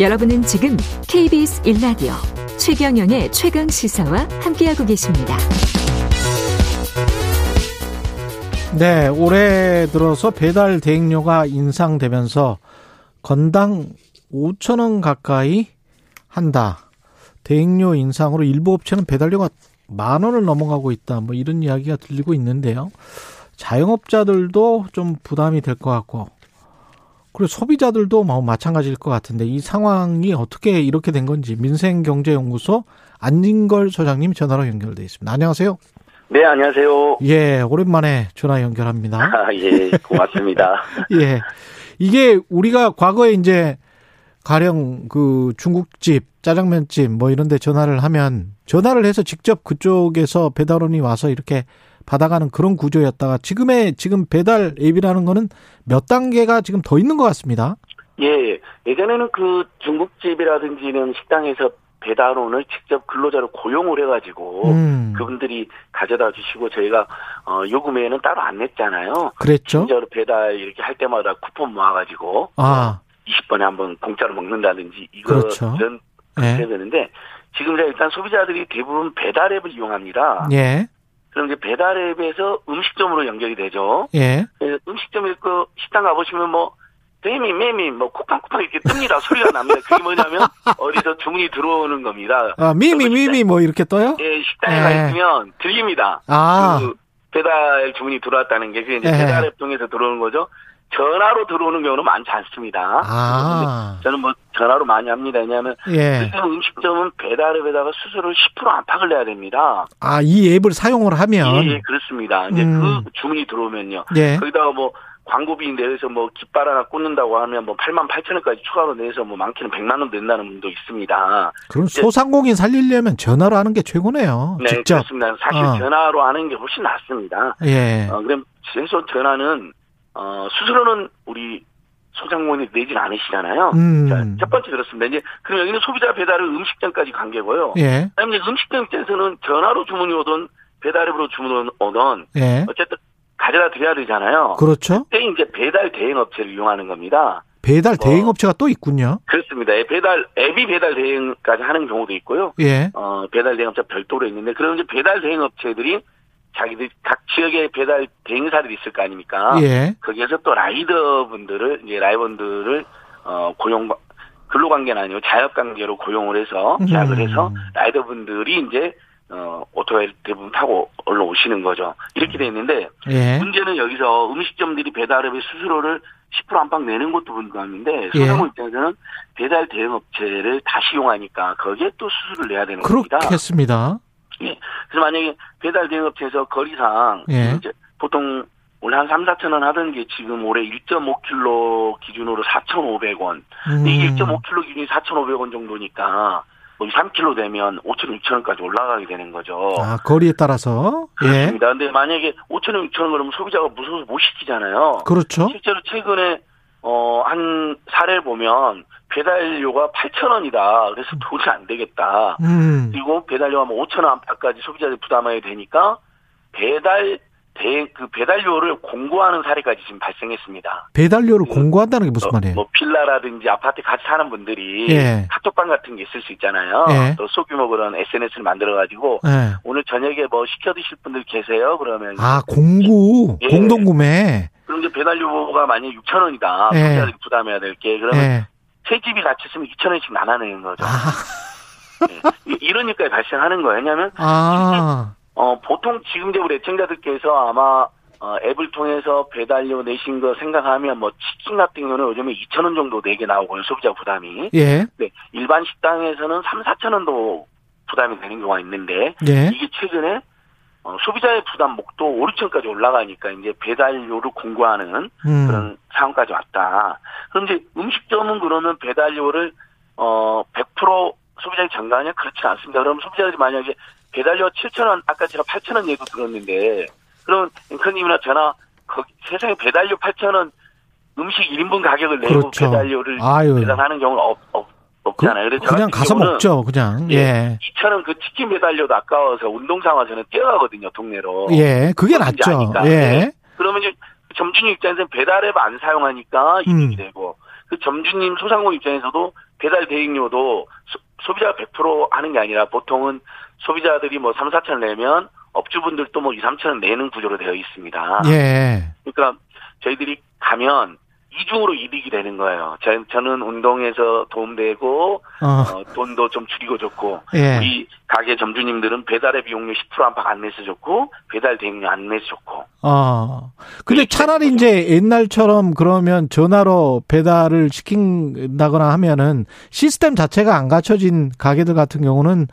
여러분은 지금 KBS 1라디오 최경영의 최강 시사와 함께하고 계십니다. 네, 올해 들어서 배달 대행료가 인상되면서 건당 5천 원 가까이 한다. 대행료 인상으로 일부 업체는 배달료가 만 원을 넘어가고 있다. 뭐 이런 이야기가 들리고 있는데요. 자영업자들도 좀 부담이 될 것 같고 그리고 소비자들도 뭐 마찬가지일 것 같은데 이 상황이 어떻게 이렇게 된 건지 민생경제연구소 안진걸 소장님 전화로 연결돼 있습니다. 안녕하세요. 네, 안녕하세요. 예, 오랜만에 전화 연결합니다. 아, 예, 고맙습니다. 예. 이게 우리가 과거에 이제 가령 그 중국집, 짜장면집 뭐 이런 데 전화를 하면 전화를 해서 직접 그쪽에서 배달원이 와서 이렇게 받아가는 그런 구조였다가 지금의 지금 배달 앱이라는 거는 몇 단계가 지금 더 있는 것 같습니다. 예, 예전에는 그 중국집이라든지는 식당에서 배달원을 직접 근로자로 고용을 해가지고 음. 뭐, 그분들이 가져다 주시고 저희가 어, 요금에는 따로 안 어? 냈잖아요. 그랬죠? 진짜로 배달 이렇게 할 때마다 쿠폰 모아가지고 아, 20번에 한 번 공짜로 먹는다든지 이거 그렇죠. 이런 예. 해야 되는데 지금 이제 일단 소비자들이 대부분 배달 앱을 이용합니다. 예, 그럼 이제 배달 앱에서 음식점으로 연결이 되죠. 예. 그래서 음식점에 그 식당 가보시면 뭐 매미 매미 뭐 쿠팡쿠팡 이렇게 뜹니다 소리가 납니다. 그게 뭐냐면 어디서 주문이 들어오는 겁니다. 아, 미미, 미미 뭐 이렇게 떠요? 예, 식당에 예. 가 있으면 들립니다. 아, 그 배달 주문이 들어왔다는 게 그게 이제 예. 배달 앱 통해서 들어오는 거죠. 전화로 들어오는 경우는 많지 않습니다. 아, 저는 뭐 전화로 많이 합니다. 왜냐하면 예. 지금 음식점은 배달앱에다가 수수료를 10% 안팎을 내야 됩니다. 아, 이 앱을 사용을 예, 예, 하면, 그렇습니다. 이제 음. 그 주문이 들어오면요. 예, 거기다가 뭐 광고비 내에서 뭐 깃발 하나 꽂는다고 하면 뭐 8만 8천 원까지 추가로 내서 뭐 많게는 100만 원 낸다는 분도 있습니다. 그럼 소상공인 살리려면 전화로 하는 게 최고네요. 네, 직접. 그렇습니다. 사실 어. 전화로 하는 게 훨씬 낫습니다. 예, 어, 그럼 최소 전화는 어, 수수료는 우리 소장공인이 내진 않으시잖아요. 자, 음, 첫 번째 그렇습니다. 이제 그럼 여기는 소비자 배달을 음식점까지 관계고요. 예, 그다음에 이제 음식점 입장에서는 전화로 주문이 오든 배달앱으로 주문 오든 예. 어쨌든 가져다 드려야 되잖아요. 그렇죠. 그때 이제 배달 대행 업체를 이용하는 겁니다. 배달 어. 대행업체가 또 있군요. 그렇습니다. 예, 배달 앱이 배달 대행까지 하는 경우도 있고요. 예, 어, 배달 대행업체 가 별도로 있는데 그럼 이제 배달 대행 업체들이 자기들 각 지역에 배달 대행사들이 있을 거 아닙니까? 예, 거기에서 또 라이더 분들을 이제 라이번들을 어, 고용 근로 관계는 아니고 자업 관계로 고용을 해서 계약을 음. 해서 라이더 분들이 이제 어, 오토바이 대부분 타고 올라오시는 거죠. 이렇게 돼 있는데 예. 문제는 여기서 음식점들이 배달업의 수수료를 10% 안팎 내는 것도 분담인데 예. 소상공인 입장에서는 배달 대행 업체를 다시 이용하니까 거기에 또 수수료를 내야 되는 겁니다. 그렇겠습니다. 그래서 만약에 배달 대행 업체에서 거리상 예. 이제 보통 원래 한 3, 4천 원 하던 게 지금 올해 1.5kg 기준으로 4,500원. 음. 이게 뭐, 1.5kg 기준이 4,500원 정도니까 뭐 3kg 되면 5천, 6천 원까지 올라가게 되는 거죠. 아, 거리에 따라서. 예. 어. 그렇습니다. 근데 만약에 5천 원, 6천 원 그러면 소비자가 무서워서 못 시키잖아요. 그렇죠. 실제로 최근에 어 한 사례 보면 배달료가 8천 원이다. 그래서 도저히 안 되겠다. 음. 그리고 배달료가 뭐 5천 원 안팎까지 소비자들이 부담해야 되니까 배달 대행 그 배달료를 공고하는 사례까지 지금 발생했습니다. 배달료를 그, 공고한다는 게 무슨 어, 말이에요? 뭐 필라라든지 아파트 같이 사는 분들이 예. 카톡방 같은 게 있을 수 있잖아요. 예. 또 소규모 그런 SNS를 만들어 가지고 예. 오늘 저녁에 뭐 시켜 드실 분들 계세요? 그러면 아, 공구, 예. 공동구매. 그럼 이제 배달료가 만약에 6천 원이다. 예. 소비자들이 부담해야 될 게 그러면 예. 세 집이 같이 있으면 2천 원씩 나눠내는 거죠. 아, 이- 이런 일까지 발생하는 거예요. 왜냐하면 아, 어, 보통 지금 대우 애청자들께서 아마 어, 앱을 통해서 배달료 내신 거 생각하면 뭐 치킨 같은 경우는 요즘에 2천 원 정도 내게 나오고요. 소비자 부담이. 예, 네, 일반 식당에서는 3, 4천 원도 부담이 되는 경우가 있는데 예. 이게 최근에 어, 소비자의 부담 목도 5, 6천까지 올라가니까 이제 배달료를 공고하는 음. 그런 상황까지 왔다. 그럼 이제 음식점은 그러면 배달료를 어 100% 소비자에 전가하냐? 그렇지 않습니다. 그럼 소비자들이 만약에 배달료 7,000원, 아까 제가 8,000원 얘기 들었는데, 그럼 앵커님이나 저나 거기 세상에 배달료 8,000원 음식 1인분 가격을 내고 그렇죠. 배달료를 아유. 배당하는 경우는 없, 없, 그, 없잖아요. 그래서 저 그냥 같은 가서 경우는 먹죠, 그냥. 예. 예. 이처럼 그 치킨 배달료도 아까워서 운동삼아 저는 뛰어가거든요, 동네로. 예, 그게 뭔지 낫죠. 뭐 아니까. 예. 그러면 이제 점주님 입장에서는 배달앱 안 사용하니까 이득이 음. 되고 그 점주님 소상공 입장에서도 배달 대행료도 소, 비자100% 하는 게 아니라 보통은 소비자들이 뭐 3, 4천 내면 업주분들도 뭐 2, 3천은 내는 구조로 되어 있습니다. 예. 그러니까 저희들이 가면 이중으로 이득이 되는 거예요. 저- 저는 운동에서 도움되고 어, 어, 돈도 좀 줄이고 좋고 예. 우리 가게 점주님들은 배달의 비용료 10% 안팎 안 내서 좋고 배달 대행료 안 내서 좋고 어. 근데 차라리 이제 옛날처럼 그러면 전화로 배달을 시킨다거나 하면은 시스템 자체가 안 갖춰진 가게들 같은 경우는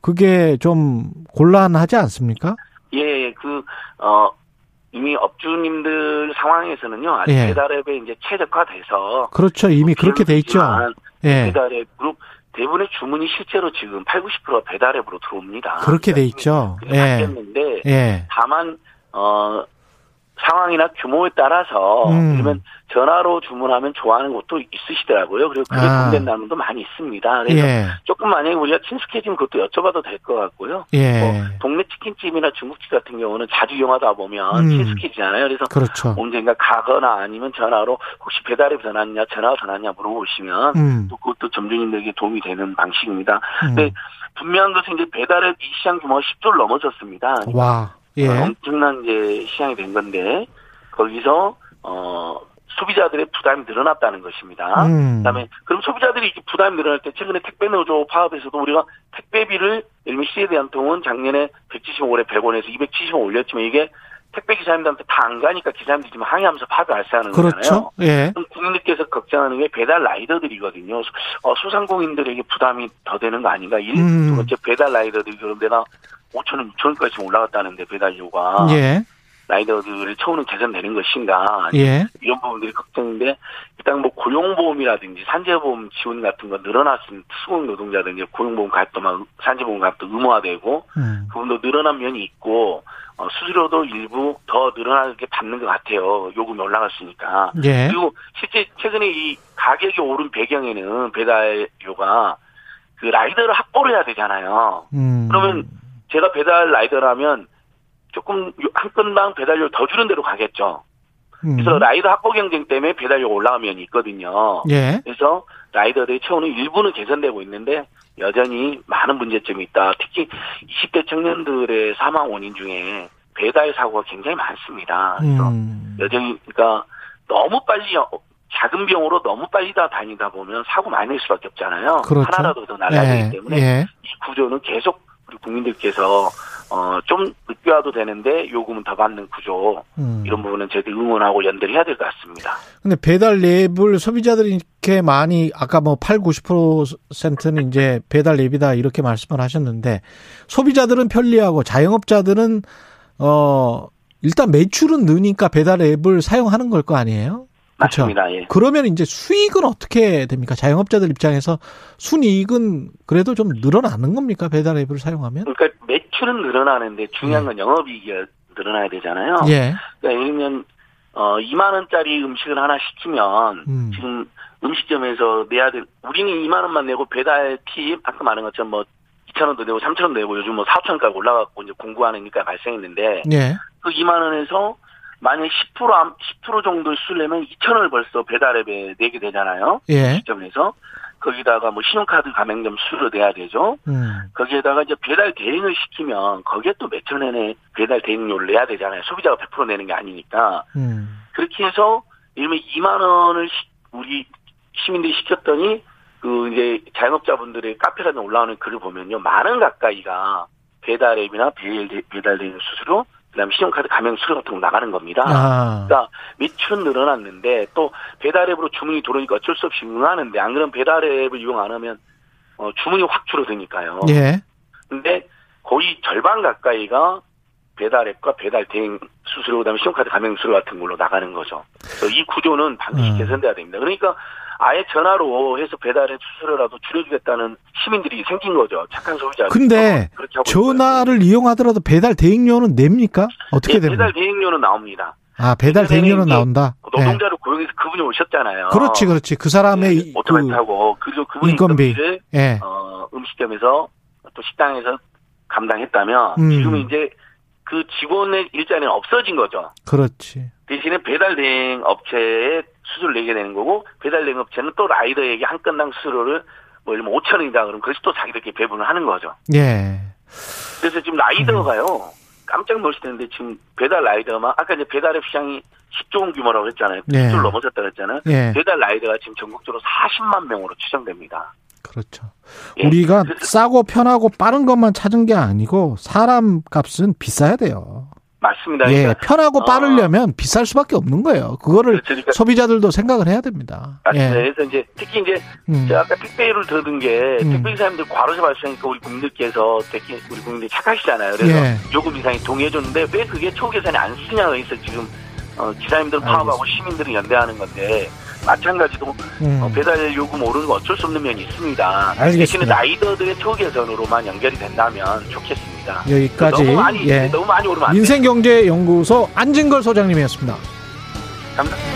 그게 좀 곤란하지 않습니까? 예, 예그어 이미 업주님들 상황에서는요 아직 예. 배달앱에 이제 최적화돼서 그렇죠. 이미 그렇게 돼 있죠. 비용이지만 그러니까 예. 배달앱 그룹 대부분의 주문이 실제로 지금 8, 90%가 배달앱으로 들어옵니다. 그렇게 돼 있죠. 그게 예. 바뀌었는데 예. 다만 어 상황이나 규모에 따라서 음. 그러면 전화로 주문하면 좋아하는 곳도 있으시더라고요. 그리고 그게 아. 돈된 나눔도 많이 있습니다. 그래서 예. 조금 만약에 우리가 친숙해지면 그것도 여쭤봐도 될 것 같고요. 예. 뭐 동네 치킨집이나 중국집 같은 경우는 자주 이용하다 보면 음. 친숙해지잖아요. 그래서 그렇죠. 언젠가 가거나 아니면 전화로 혹시 배달앱 전화냐 전화가 전화냐 물어보시면 음. 또 그것도 점주님들에게 도움이 되는 방식입니다. 음. 네. 분명한 것은 이제 배달앱 이 시장 규모가 10조를 넘어섰습니다. 와. 예. 어, 엄청난 이제 시장이 된 건데 거기서 어 소비자들의 부담이 늘어났다는 것입니다. 음. 아, 그다음에 그럼 소비자들이 이렇게 부담이 늘어날 때 최근에 택배 노조 파업에서도 우리가 택배비를 예를 들면 시에 대한 통은 작년에 175 올해 100원에서 270원 올렸지만 이게 택배 기사님들한테 다 안 가니까 기사님들이 지금 항의하면서 파업을 알싸하는 거잖아요. 그렇죠. 예. 그럼 국민들께서 걱정하는 게 배달 라이더들이거든요. 어, 소상공인들에게 부담이 더 되는 거 아닌가. 일, 음. 두 번째 배달 라이더들이 그런 데나 5천원, 6천원까지 올라갔다는데 배달료가 예. 라이더들을 처우는 개선되는 것인가. 예. 이런 부분들이 걱정인데 일단 뭐 고용보험이라든지 산재보험 지원 같은 거 늘어났으면 수공 노동자든지 고용보험 가입도만 산재보험 가입도 의무화되고 음. 그분도 늘어난 면이 있고 어, 수수료도 일부 더 늘어나게 받는 것 같아요. 요금이 올라갔으니까. 예. 그리고 실제 최근에 이 가격이 오른 배경에는 배달료가 그 라이더를 확보를 해야 되잖아요. 음. 그러면 제가 배달 라이더라면 조금 요- 한 건당 배달료 더 주는 대로 가겠죠. 음. 그래서 라이더 확보 경쟁 때문에 배달료가 올라간 면이 있거든요. 예. 그래서 라이더들의 채우는 일부는 개선되고 있는데 여전히 많은 문제점이 있다. 특히 20대 청년들의 사망 원인 중에 배달 사고가 굉장히 많습니다. 그래서 음. 여전히 그러니까 너무 빨리 어, 작은 병으로 너무 빨리 다 다니다 보면 사고 많이 날 수밖에 없잖아요. 그렇죠. 하나라도 더 날아야 예. 되기 때문에 예. 이 구조는 계속 우리 국민들께서 어, 좀 늦게 와도 되는데 요금은 더 받는 구조 음. 이런 부분은 저희들이 응원하고 연대를 해야 될 것 같습니다. 근데 배달 앱을 소비자들이 이렇게 많이 아까 뭐 8, 90%는 이제 배달 앱이다 이렇게 말씀을 하셨는데 소비자들은 편리하고 자영업자들은 어 일단 매출은 느니까 배달 앱을 사용하는 걸 거 아니에요? 그렇죠. 맞습니다. 예. 그러면 이제 수익은 어떻게 됩니까? 자영업자들 입장에서 순이익은 그래도 좀 늘어나는 겁니까? 배달 앱을 사용하면? 그러니까 매출은 늘어나는데 중요한 건 영업이익이 늘어나야 되잖아요. 네. 예. 그러니까 예를 들면 어 2만 원짜리 음식을 하나 시키면 음. 지금 음식점에서 내야 될 우리는 2만 원만 내고 배달 팁 아까 말한 것처럼 뭐 2천 원도 내고 3천 원도 내고 요즘 뭐 4천 원까지 올라갔고 이제 공구하는 일가 발생했는데 예. 그 2만 원에서 만약 10% 안- 10% 정도 수를 내면 2천 원을 벌써 배달앱에 내게 되잖아요. 예. 점에서 거기다가 뭐 신용카드 가맹점 수수료 내야 되죠. 음. 거기에다가 이제 배달 대행을 시키면 거기에 또 몇천 원의 배달 대행료를 내야 되잖아요. 소비자가 100% 내는 게 아니니까. 음. 그렇게 해서 예를 들면 2만 원을 시- 우리 시민들이 시켰더니 그 이제 자영업자분들의 카페 같은 데 올라오는 글을 보면요 만 원 가까이가 배달 앱이나 배- 배달 대행 수수료 그다음에 신용카드 가맹 수수료 같은 거 나가는 겁니다. 아. 그러니까 매출은 늘어났는데 또 배달 앱으로 주문이 들어오니까 어쩔 수 없이 응하는데 안 그러면 배달 앱을 이용 안 하면 어, 주문이 확 줄어드니까요. 예. 근데 거의 절반 가까이가 배달앱과 배달 대행 수수료 그다음에 신용카드 가맹 수수료 같은 걸로 나가는 거죠. 그래서 이 구조는 반드시 음. 개선돼야 됩니다. 그러니까 아예 전화로 해서 배달앱 수수료라도 줄여주겠다는 시민들이 생긴 거죠. 착한 소비자. 어, 근데 그렇게 하고 전화를 이용하더라도 배달 대행료는 냅니까? 어떻게 있어요. 예, 됩니까? 배달 대행료는 나옵니다. 아, 배달 배달 대행료는 대행이 나온다. 네. 노동자를 고용해서 그분이 오셨잖아요. 예, 그렇지, 그렇지. 그 사람의 이- 네, 오토바이 그- 타고 그리고 그분이 인건비. 인건비를 예. 어, 음식점에서 또 식당에서 감당했다면 음. 지금 이제 그 직원의 일자리는 없어진 거죠. 그렇지. 대신에 배달 대행 업체의 수수료를 내게 되는 거고 배달여행업체는 또 라이더에게 한 건당 수수료를 뭐 예를 들면 5천 원이다 그러면 그것이 또 자기들끼리 배분을 하는 거죠. 예. 그래서 지금 음. 라이더가요 깜짝 놀랐는데 지금 배달 라이더만 아까 이제 배달앱 시장이 10조 원 규모라고 했잖아요. 네. 10조를 넘어섰다 그랬잖아요. 예. 배달 라이더가 지금 전국적으로 40만 명으로 추정됩니다. 그렇죠. 예. 우리가 싸고 편하고 빠른 것만 찾은 게 아니고 사람 값은 비싸야 돼요. 맞습니다. 예, 그러니까 편하고 어. 빠르려면 비쌀 수밖에 없는 거예요. 그거를 그렇죠. 그러니까 소비자들도 생각을 해야 됩니다. 맞습니다. 예. 그래서 이제 특히 이제 음. 제가 아까 택배를 들은 게 음. 택배 기사님들 과로사 발생하니까 우리 국민들께서 특히 우리 국민들이 착하시잖아요. 그래서 예. 요금 인상이 동의해줬는데 왜 그게 초계산이 안 쓰냐고 해서 지금 어, 기사님들 파업하고 시민들이 연대하는 건데 마찬가지로 음. 어, 배달 요금 오르는 건 어쩔 수 없는 면이 있습니다. 알겠습니다. 대신에 라이더들의 초계산으로만 연결이 된다면 좋겠습니다. 여기까지 너무 많이 예. 너무 많이 오르면 안 돼요. 인생경제연구소 안진걸 소장님이었습니다. 감사합니다.